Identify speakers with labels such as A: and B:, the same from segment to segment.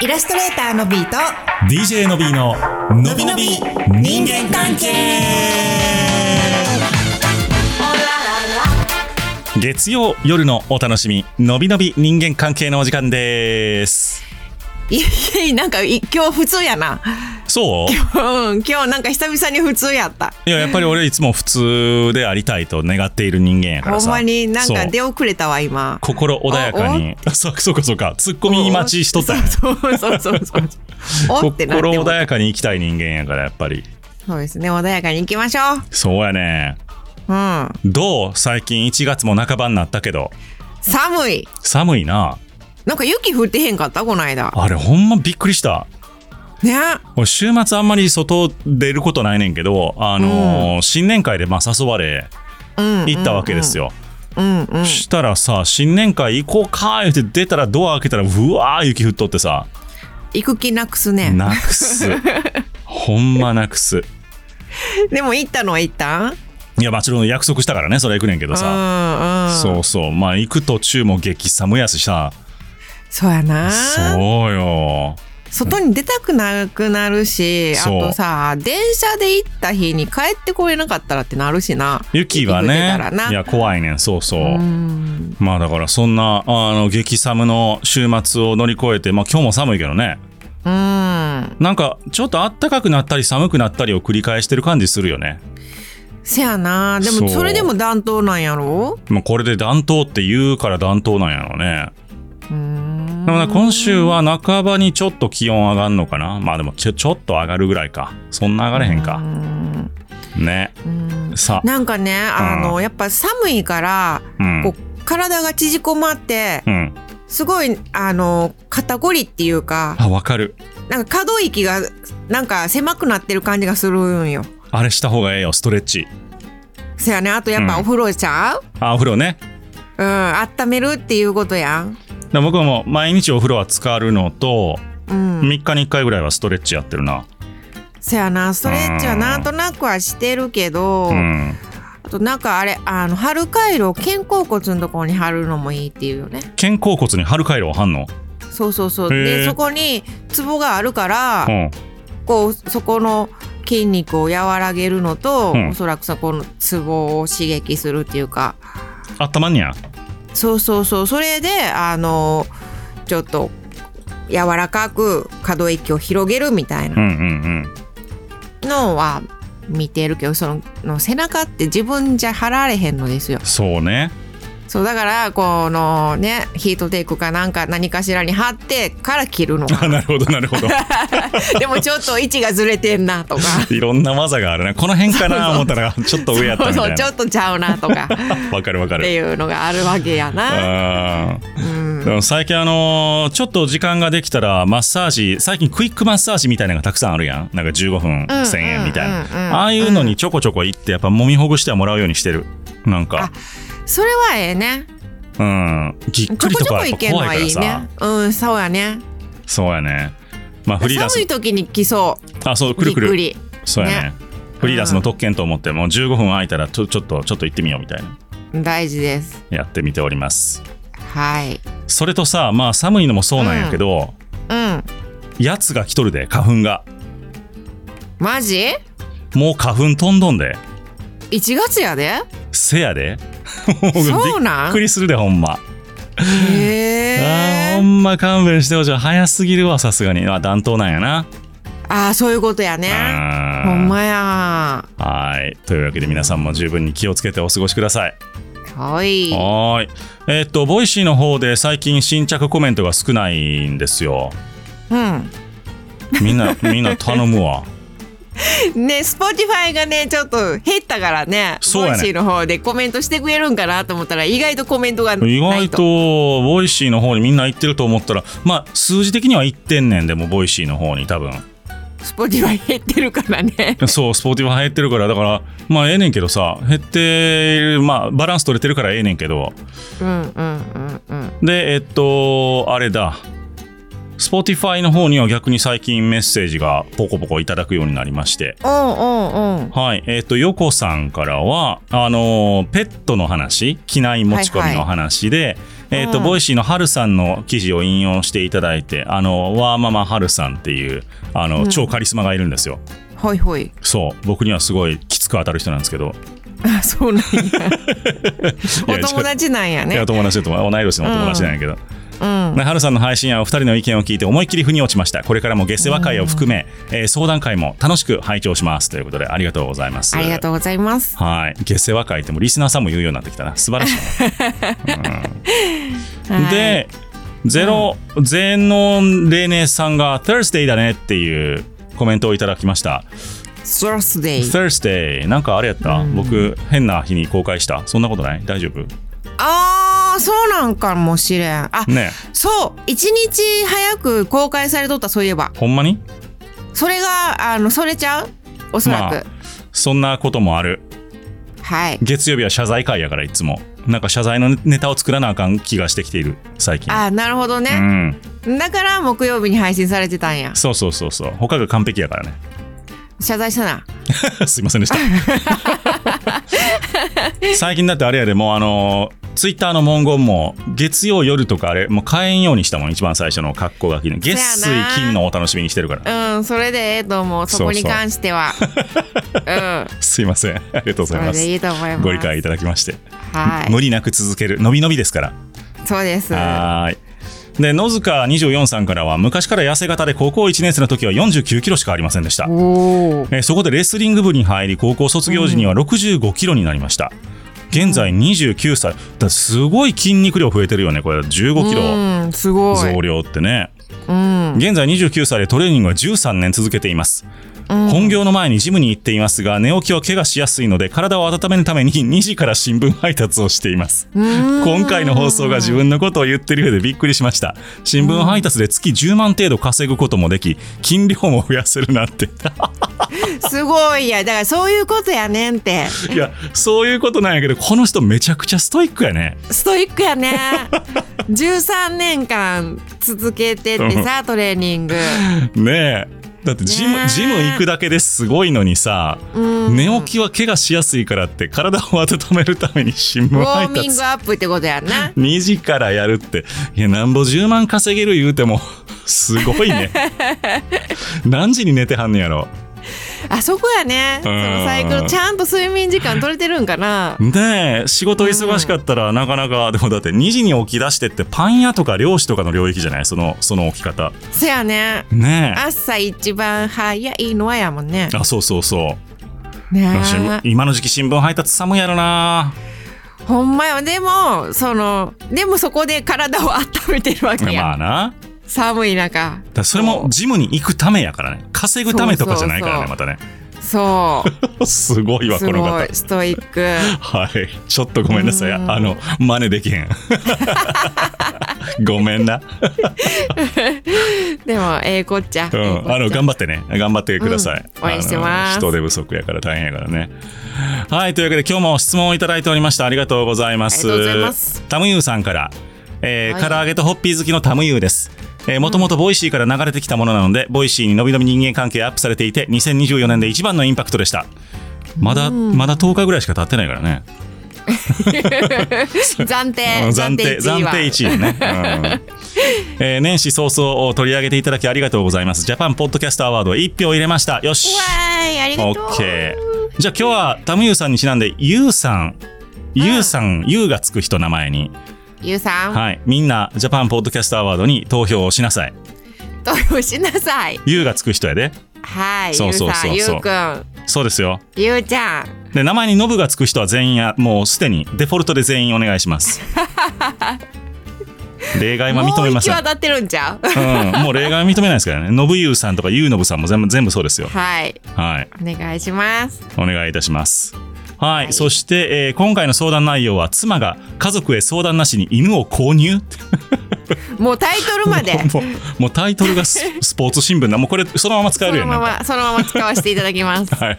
A: イラストレーターのビーと
B: DJ のびーののびのび人間関係月曜夜のお楽しみのびのび人間関係のお時間です
A: いやいやなんかい今日普通やな
B: そう
A: うん今日なんか久々に普通やった
B: いややっぱり俺いつも普通でありたいと願っている人間やから
A: ほん
B: さ
A: まになん
B: そ
A: か
B: う
A: 出遅れたわ今
B: 心穏やかにそうそうかそうかツッコミ待ちしとったんや
A: そうそうそうそう そうおってなって
B: 心
A: も
B: 穏やかに生きたい人間やからやっぱり
A: そうですね穏やかに行きましょう
B: そうやね
A: うん
B: どう最近1月も半ばになったけど
A: 寒い
B: 寒いな
A: なんか雪降ってへんかったこの間
B: あれほんまびっくりした
A: ね
B: 俺週末あんまり外出ることないねんけど、あのー新年会でまあ誘われ
A: うん
B: 行ったわけですよ、
A: うんうん
B: したらさ新年会行こうかーって出たらドア開けたらうわー雪降っとってさ
A: 行く気なくすね
B: なくすほんまなくす
A: でも行ったのは行ったん
B: いやもちろん約束したからねそれは行くねんけどさ、
A: うんうん
B: そうそうまあ行く途中も激寒やしさ
A: そうやな
B: そうよ
A: 外に出たくなくなるし、あ
B: そう
A: とさ、電車で行った日に帰ってこれなかったらってなるしな。
B: 雪は
A: 雪降って
B: ね
A: たらない
B: や怖いねんそうそう、
A: うん。
B: まあだからそんなあの激寒の週末を乗り越えて、まあ、今日も寒いけどね
A: うん。
B: なんかちょっと暖かくなったり寒くなったりを繰り返してる感じするよね、
A: せやな。で
B: そ
A: も
B: う
A: それでも暖冬なんやろ
B: まあ、これで暖冬って言うから暖冬なんやろうね
A: うん。
B: でもね今週は半ばにちょっと気温上がるのかなまあでもちょちょっと上がるぐらいかそんな上がれへん
A: う
B: か
A: ん
B: ね
A: うん
B: さあ
A: なんかね、あの、やっぱ寒いから、
B: うん
A: こう、体が縮こまって、
B: うん
A: すごい、あの、肩こりっていうか、
B: あわかる
A: なんか可動域が、なんか狭くなってる感じがするんよ。
B: あれした方がええよストレッチ
A: せやね。あとやっ
B: う
A: ぱ
B: ん
A: お風呂ちゃう、
B: あお風呂ね
A: うん、温めるっていうことやん。
B: で僕も毎日お風呂は浸かるのと
A: うん。
B: 3日に1回ぐらいはストレッチやってるな
A: そやな、ストレッチはなんとなくはしてるけど、
B: うん
A: あとなんかあれ、あの、貼る回路を肩甲骨のところに貼るのもいいっていうよね。
B: 肩甲骨に貼る回路を貼んの
A: そうそうそう。
B: へ
A: で、
B: え
A: そこにツボがあるから
B: う、ん
A: こう、そこの筋肉を和らげるのと、
B: うん
A: おそらくそこのツボを刺激するっていうか、
B: あったまんにゃ
A: そうそうそう。それで、あの、ちょっと、柔らかく可動域を広げるみたいな
B: うんうん
A: のは見てるけどそのの背中って自分じゃ貼られへんのですよ
B: うんそうね
A: そうだからこのねヒートテイクかなんか何かしらに貼ってから着るの
B: あなるほどなる ほど
A: でもちょっと位置がずれてんなとか
B: いろんな技があるねこの辺かな思ったらちょっと上やったみ
A: そ
B: たいう
A: ちょ
B: な
A: っとちゃうなとかっ
B: わかるわかる
A: ていうのがあるわけやな。
B: あー
A: うん
B: でも最近あのーちょっと時間ができたらマッサージ最近クイックマッサージみたいなのがたくさんあるやんなんか15分
A: うん
B: 1000円みたい
A: うんうんうん
B: なああいうのにちょこちょこ行ってやっぱ揉みほぐしてはもらうようにしてるなんか
A: それはええね。
B: うんぎっ
A: ち
B: く
A: ょ
B: り
A: ことち
B: か
A: ょこ
B: はやっ
A: 行
B: ぱ
A: けるの
B: 怖
A: はいいい
B: からさ
A: ね。うん、そうやね。
B: そうやねまあフリーダンス
A: 寒い時に着そ
B: あそう
A: う。
B: くるくる
A: ぎっくり
B: そうやね
A: ね
B: フリーダンスの特権と思ってもう15分空いたらちょちょっとちょっと行ってみようみたいな
A: 大事です。
B: やってみております
A: はい。
B: それとさまあ寒いのもそうなんやけど、
A: うん。
B: やつが来とるで花粉が
A: マジ
B: もう花粉飛んどんで
A: ?1 月やで
B: せやでも
A: そう
B: び
A: な
B: っ
A: ん
B: くりするでほんま、あーほ
A: へえ。
B: んま勘弁してほしい早すぎるわさすがにあ暖冬なんやな
A: ああ、そういうことやね。
B: あー
A: ほんまや。
B: はいというわけで皆さんも十分に気をつけてお過ごしください
A: はい。
B: はーいえーっとボイシーの方で最近新着コメントが少ないんですよ
A: う
B: みんな、みんな頼むわ。
A: ん。ね、Spotify がね、ちょっと減ったからね、
B: そうやね
A: ボイシーの方でコメントしてくれるんかなと思ったら、意外とコメントがないと。
B: 意外と、ボイシーの方にみんな行ってると思ったら、まあ、数字的には行ってんねん、でも、ボイシーの方に多分。
A: Spotify 減ってるからね。
B: そう、スポーティファ減ってるから、だから、まあ、ええねんけどさ、減ってる、まあ、バランス取れてるからええねんけど。
A: うんうんうんうん。
B: で、えっと、あれだ。スポーティファイの方には逆に最近メッセージがポコポコいただくようになりまして。
A: うんうんうん。
B: はい、えっ、と、ヨコさんからは、あのーペットの話、機内持ち込みの話で、えっ、と、
A: うん
B: ボイシーのハルさんの記事を引用していただいて、あの、ワーママハルさんっていう、あの、
A: うん
B: 超カリスマがいるんですよ。
A: はいはい
B: そう、僕にはすごいきつく当たる人なんですけど、
A: あそう なんや
B: いや
A: お友達なんや
B: い
A: ね
B: や友達だと思う同い年のお友達なんやけど、
A: うん
B: ハルさんの配信やお二人の意見を聞いて思いっきり腑に落ちましたこれからも下世話会を含め、えー相談会も楽しく拝聴しますということでありがとうございます
A: ありがとうございます
B: はい下世話会ってもうリスナーさんも言うようになってきたな素晴らしい
A: はい
B: で、ゼロ、ゼノンレネさんが Thursday だねっていうコメントをいただきました。
A: スラスデイ
B: Thursday、なんかあれやった、僕、変な日に公開した。そんなことない大丈夫
A: あーそうなんかもしれんあ
B: ね
A: そう一日早く公開されとったそういえば
B: えほんまに
A: それがあのそれちゃうおそらく、
B: まあそんなこともある。
A: はい
B: 月曜日は謝罪会やから、いつも。なんか謝罪のネタを作らなあかん気がしてきている、最近。
A: あーなるほど
B: う
A: ね、
B: ん。
A: だから木曜日に配信されてたんや
B: そうそうそうそう。他が完璧やからね。
A: 謝罪したな
B: すいません でした。最近だってあれやでもうあのツイッターの文言も月曜夜とかあれもう変えんようにしたもん一番最初の格好が気に月水
A: そやな
B: 金のお楽しみにしてるから
A: うんそれでええと思うそこに
B: そうそう
A: 関してはうん
B: すいませんありがとうご
A: そ
B: ざい
A: れ
B: ま
A: ですいいと思います
B: ご理解いただきまして、
A: は
B: 無理なく続けるのびのびですから
A: いそうです
B: はーいで野塚24さんからは昔から痩せ型で高校1年生の時は49キロしかありませんでした
A: おお
B: えーそこでレスリング部に入り高校卒業時には65キロになりました、現在29歳だからすごい筋肉量増えてるよねこれ15キロ
A: うんすごい
B: 増量ってね
A: うん
B: 現在29歳でトレーニングは13年続けています、
A: うん
B: 本業の前にジムに行っていますが寝起きは怪我しやすいので体を温めるために2時から新聞配達をしています今
A: 今
B: 回の放送が自分のことを言ってるようでびっくりしました新聞配達で月10万程度稼ぐこともでき筋量も増やせるなんて
A: すごいやだからそういうことやねんって
B: いや、そういうことなんやけど、この人めちゃくちゃストイックやね。
A: ストイックやね13年間続けてってさトレーニング
B: ねえ。だってジム、
A: ねえ
B: ジム行くだけですごいのにさ、
A: うん
B: 寝起きは怪我しやすいからって体を温めるために新
A: ウ
B: 聞
A: ォ
B: 配
A: ーミン
B: 達
A: グアップってことやな
B: 2時からやるって、いや、なんぼ10万稼げる言うても、すごい ね。何時に寝てはんのやろ。
A: あそこやねそのサイクルちゃんと睡眠時間取れてるんかな
B: ねえ、仕事忙しかったらなかなか、でもだって2時に起き出してってパン屋とか漁師とかの領域じゃないその、その起き方。
A: そやね
B: ねえ。
A: 朝一番早いのはやもんね
B: あ、そうそうそう。
A: ね
B: 私
A: え
B: 今の時期新聞配達寒いやろな
A: ほんまよでもそのでもそこで体を温めてるわけや、
B: まあな
A: 寒い中
B: だからそれもジムに行くためやからね稼ぐためとかじゃないからね
A: そ
B: ま
A: う
B: たね
A: そ
B: すごいうわ
A: す
B: この
A: ご
B: 方
A: いストイック
B: はいちょっとごめんなさい
A: うん
B: あの真似できへん ごめんな、
A: でもええこっちゃ、
B: う
A: ええこっち
B: ん、
A: ゃ
B: あの頑張ってね頑張ってください、
A: うん応援してます
B: あの人手不足やから大変やからねはいというわけで今日も質問をいただいておりましたありがとうございます
A: ありがとうございます
B: タムユーさんから、えー
A: はい
B: 唐揚げとホッピー好きのタムユーです。えー、もともとボイシーから流れてきたものなので、ボイシーにのびのび人間関係アップされていて、2024年で一番のインパクトでした。まだ、まだ10日ぐらいしか経ってないからね。
A: 暫定
B: うん暫定、
A: 暫定1位
B: 暫
A: は
B: 定1位ね。うんえー年始早々を取り上げていただきありがとうございます。ジャパンポッドキャストアワード1票入れました。よし。
A: うわーいありがとう
B: オッケー。じゃあ今日はタムユーさんにちなんで、ユーさん、ユーさん、ユーがつく人名前に。
A: ゆうさん、
B: はい、みんなジャパンポッドキャストアワードに投票をしなさい。
A: 投票しなさい
B: U がつく人やで。
A: はい
B: そうそうそうそう
A: ゆうさんゆうくん
B: そうですよ。
A: ゆうちゃん
B: で名前にノブがつく人は全員やもうすでにデフォルトで全員お願いし ます。例外は認
A: もう
B: めま
A: 行き
B: せん。
A: 渡ってるんちゃう
B: うん、もう例外は認めないですからね。ノブユーさんとかユーノブさんも全部全部そうですよ。
A: はい
B: はい、
A: お願いします
B: お願いいたします。はい、
A: はい
B: そして、えー今回の相談内容は妻が家族へ相談なしに犬を購入
A: もうタイトルまで
B: もうもうタイトルがススポーツ新聞だ。もうこれそのまま使え
A: そ
B: るよ
A: の
B: ね。な
A: ま
B: んか
A: まそのまま使わせていただきます
B: はい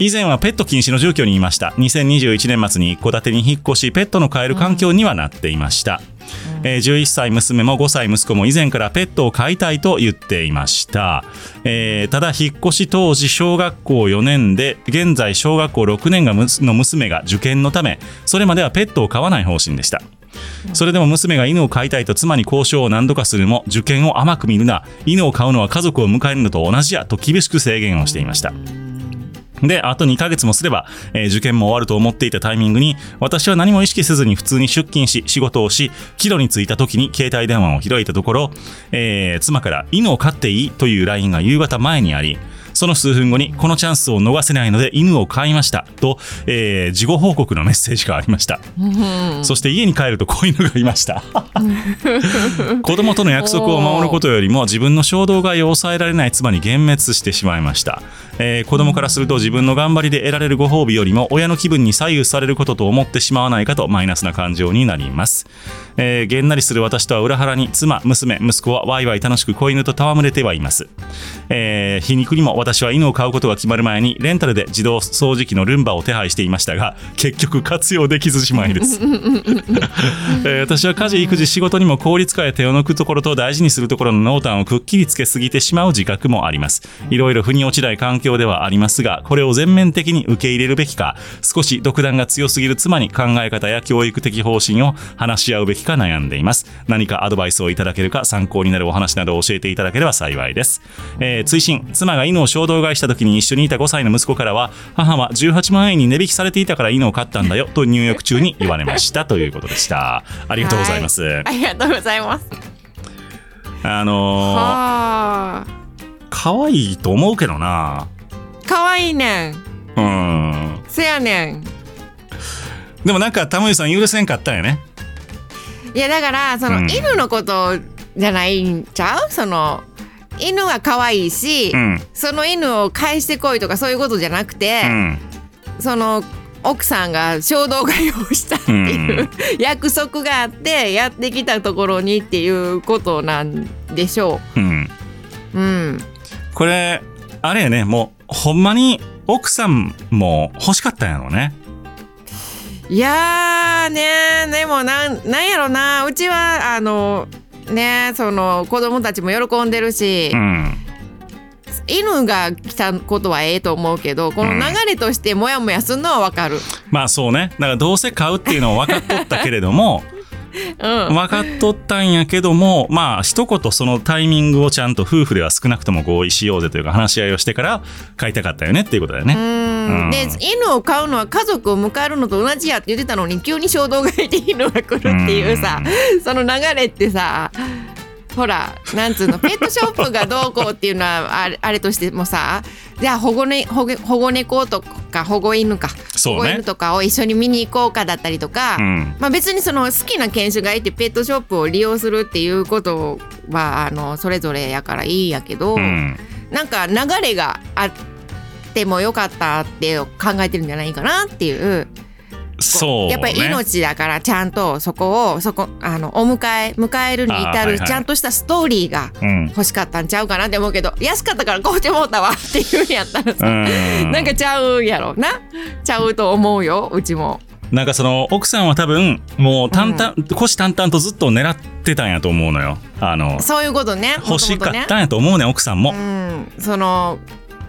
B: 以前はペット禁止の住居にいました2021年末に一戸建てに引っ越しペットの飼える環境にはなっていました、えー11歳娘も5歳息子も以前からペットを飼いたいと言っていました、えーただ引っ越し当時小学校4年で現在小学校6年がむすの娘が受験のためそれまではペットを飼わない方針でしたそれでも娘が犬を飼いたいと妻に交渉を何度かするも受験を甘く見るな犬を飼うのは家族を迎えるのと同じやと厳しく制限をしていましたで、あと2ヶ月もすれば、えー受験も終わると思っていたタイミングに、私は何も意識せずに普通に出勤し、仕事をし、帰路に着いた時に携帯電話を開いたところ、えー妻から犬を飼っていいという LINE が夕方前にあり、その数分後に、このチャンスを逃せないので犬を飼いました、と、えー事後報告のメッセージがありました。そして家に帰ると子犬がいました。子供との約束を守ることよりも自分の衝動買いを抑えられない妻に幻滅してしまいました、えー子供からすると自分の頑張りで得られるご褒美よりも親の気分に左右されることと思ってしまわないかとマイナスな感情になります、えーげんなりする私とは裏腹に妻娘息子はワイワイ楽しく子犬と戯れてはいます、えー皮肉にも私は犬を飼うことが決まる前にレンタルで自動掃除機のルンバを手配していましたが結局活用できずじまいですえー私は家事育児仕事にも効率化や手を抜くところと大事にするところの濃淡をくっきりつけすぎてしまう自覚もありますいろいろ腑に落ちない環境ではありますがこれを全面的に受け入れるべきか少し独断が強すぎる妻に考え方や教育的方針を話し合うべきか悩んでいます何かアドバイスをいただけるか参考になるお話などを教えていただければ幸いです、えー追伸妻が犬を衝動買いした時に一緒にいた5歳の息子からは母は18万円に値引きされていたから犬を買ったんだよと入浴中に言われましたということでしたありがとうございます。
A: ありがとうございます。
B: あの
A: はあ。
B: ー、可愛いと思うけどな。
A: 可愛いねん。
B: うん。
A: せやねん。
B: でもなんか、タモリさん許せんかったんやね。
A: いやだからその、
B: うん
A: 犬のことじゃないんちゃうその犬は可愛いし、
B: うん。
A: その犬を返してこいとかそういうことじゃなくて
B: う、ん。
A: その奥さんが衝動買いをしたっていう、
B: う
A: 約束があってやってきたところにっていうことなんでしょ
B: うん。
A: う。うん、
B: これ、あれやね、もう、ほんまに、奥さんも欲しかったんやろうね。
A: いやーねでもなんなんやろなうちはあのねその子供たちも喜んでるし。
B: うん。
A: 犬が来たことはええと思うけどこの流れとしてモヤモヤするのはわかる、
B: まあそうね。だから、どうせ買うっていうのを分かっとったけれど も、
A: うん
B: 分かっとったんやけども、まあ、一言そのタイミングをちゃんと夫婦では少なくとも合意しようぜというか、話し合いをしてから、買いたかったよねっていうことだよね。
A: うん
B: うん
A: で犬を飼うのは家族を迎えるのと同じやって言ってたのに急に衝動買いで犬が来るっていうさその流れってさほらなんつうのペットショップがどうこうっていうのはあれあれとしてもさじゃあ保護,、ね、保護保護猫とか保護犬か、
B: そ
A: 保
B: うね
A: 護犬とかを一緒に見に行こうかだったりとか。
B: うん。
A: まあ、別にその好きな犬種がいてペットショップを利用するっていうことはあのそれぞれやからいいんやけど、
B: うん。
A: なんか流れがあってもよかったって考えてるんじゃないかなっていう
B: そう、ね。
A: やっぱり命だからちゃんとそこをそこあのお迎え迎えるに
B: あー
A: 至
B: はい
A: る
B: はい
A: ちゃんとしたストーリーが
B: うん。
A: 欲しかったんちゃうかなって思うけど安かったからこうてもうたわっていうんやったら
B: う
A: さ、
B: ん
A: なんかちゃうんやろなちゃうと思うようちも。
B: なんかその奥さんは多分もう淡々、虎視眈々とずっと狙ってたんやと思うのよあの
A: そういうことね
B: 欲しか
A: 元々ね
B: ったんやと思うね奥さんも、
A: うん、その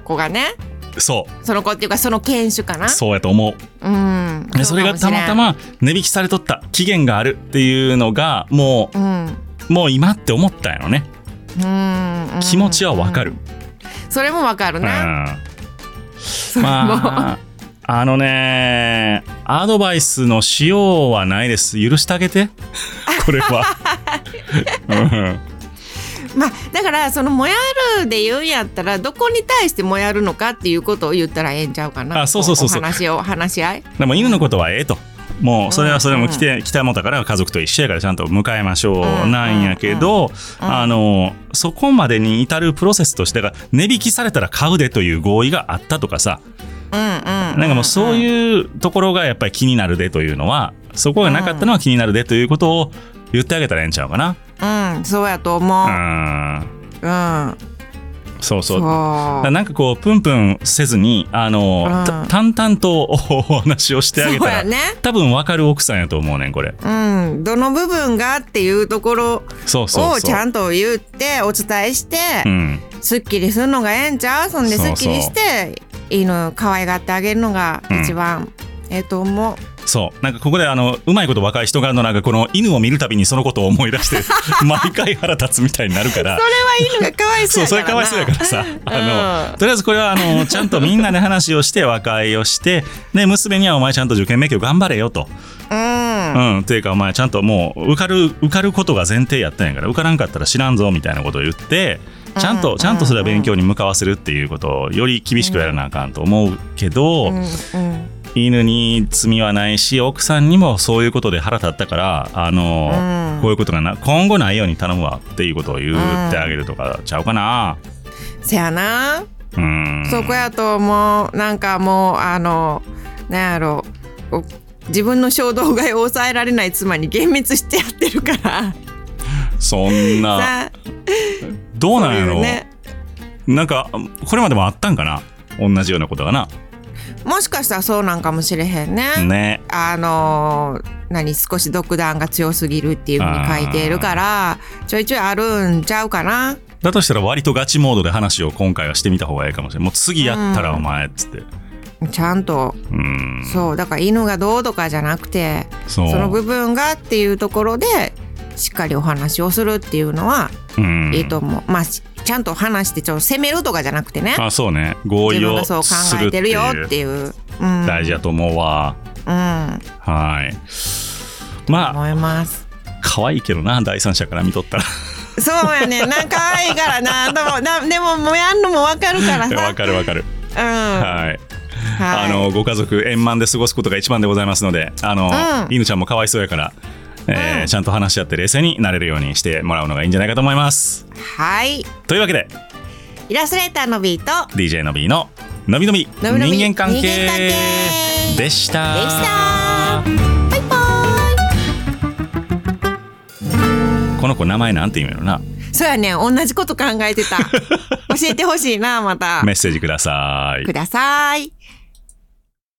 A: 子がね
B: そ
A: その子っていうかその犬種かな
B: うそうやと思う
A: うん
B: でそれがたまたま値引きされとった期限があるっていうのがも
A: うんうん
B: うもう今って思ったんやろね
A: うん
B: 気持ちはわかる、
A: それもわかる
B: うん
A: な
B: まああのねアドバイスのしようはないです許してあげてこれは、うん
A: まあだからそのもやるで言うんやったらどこに対してもやるのかっていうことを言ったらええんちゃうかな
B: あそうそうそうそう
A: お話を話し合い
B: でも犬のことはええと。もうそれはそれも来て、来たもたから家族と一緒やからちゃんと迎えましょ
A: う
B: うんなんやけど、あの、そこまでに至るプロセスとしてが値引きされたら買うでという合意があったとかさ、
A: うんうん
B: なんかもうそういうところがやっぱり気になるでというのは、そこがなかったのは気になるでということを言ってあげたらええんちゃうかな。
A: うんそうやと思う
B: うん。
A: うん
B: そうそう。だ
A: そ
B: からなんかこう、プンプンせずに、あの、
A: うん
B: た淡々とおお話をしてあげ
A: そう
B: た
A: や
B: ら、
A: ね
B: 多分わかる奥さんやと思うねん、これ。
A: うんどの部分がっていうところ
B: そうそうそう。
A: をちゃんと言ってお伝えして、
B: うん。
A: すっきりするのがええんちゃうそんで
B: そう
A: す
B: そ
A: っ
B: う
A: きりして犬可愛がってあげるのが一番ええと思う、
B: そうなんかここであのうまいこと若い人があのなんかこの犬を見るたびにそのことを思い出して 毎回腹立つみたいになるから
A: それは犬がかわいそ
B: そううそれ
A: やか
B: かわ
A: ら
B: いそうやか
A: な
B: らさあ
A: う
B: の
A: ん
B: とりあえずこれはあのちゃんとみんなで話をして和解をしてで娘にはお前ちゃんと受験勉強頑張れよと、
A: うん
B: うん、っていうかお前ちゃんともう受かる受かることが前提やったんやから受からんかったら知らんぞみたいなことを言ってちゃん
A: う
B: と
A: ん
B: ちゃんとそれは勉強に向かわせるっていうことをより厳しくやらなあかんと思うけど、
A: うんうん
B: 犬に罪はないし奥さんにもそういうことで腹立ったからあの、
A: うん
B: こういうことがな今後ないように頼むわっていうことを言ってあげるとかちゃうかな。
A: せやな
B: うん
A: そこやともうなんかもうあのなんやろお自分の衝動買いを抑えられない妻に幻滅してやってるから
B: そんな
A: さ
B: どう
A: そ
B: な
A: うんい
B: や
A: う
B: ろ
A: ね
B: なんかこれまでもあったんかな同じようなことがな
A: もしかしたらそうなんかもしれへんね。
B: ね
A: あのー何少し独断が強すぎるっていうふうに書いているからちょいちょいあるんちゃうかな
B: だとしたら割とガチモードで話を今回はしてみた方がいいかもしれないもう次やったら
A: うん
B: お前っつって
A: ちゃんと
B: うん
A: そうだから犬がどうとかじゃなくて
B: そ
A: その
B: う
A: 部分がっていうところでしっかりお話をするっていうのは
B: うん
A: いいと思う、まあしちゃんと話してちょっと責めるとかじゃなくてね
B: あそうね合
A: 自
B: 意
A: 分が
B: を
A: そう考
B: する
A: え
B: って
A: てる
B: い
A: よ
B: う
A: っていう、うん、
B: 大事だと思うわ
A: うん
B: はいまあ
A: 思います
B: 可愛いけどな第三者から見とったら
A: そうやねなんか可愛いからなでもなでももうやんのもわかるから
B: い
A: さ
B: やわかるわかる
A: うんは
B: はい
A: い
B: あのご家族円満で過ごすことが一番でございますのであの、
A: うん
B: 犬ちゃんもかわいそうやから、えー
A: うん
B: ちゃんと話し合って冷静になれるようにしてもらうのがいいんじゃないかと思います
A: はい
B: というわけで
A: イラストレーターのビート
B: DJ のびーの「のびのび
A: のびのび
B: 人間関係」
A: 人間関係
B: でした
A: でしたバイバ
B: この子名前なんて言うのやろな
A: イそうやね同 じこと考えてた教えてほしいなまた
B: メッセージください
A: ください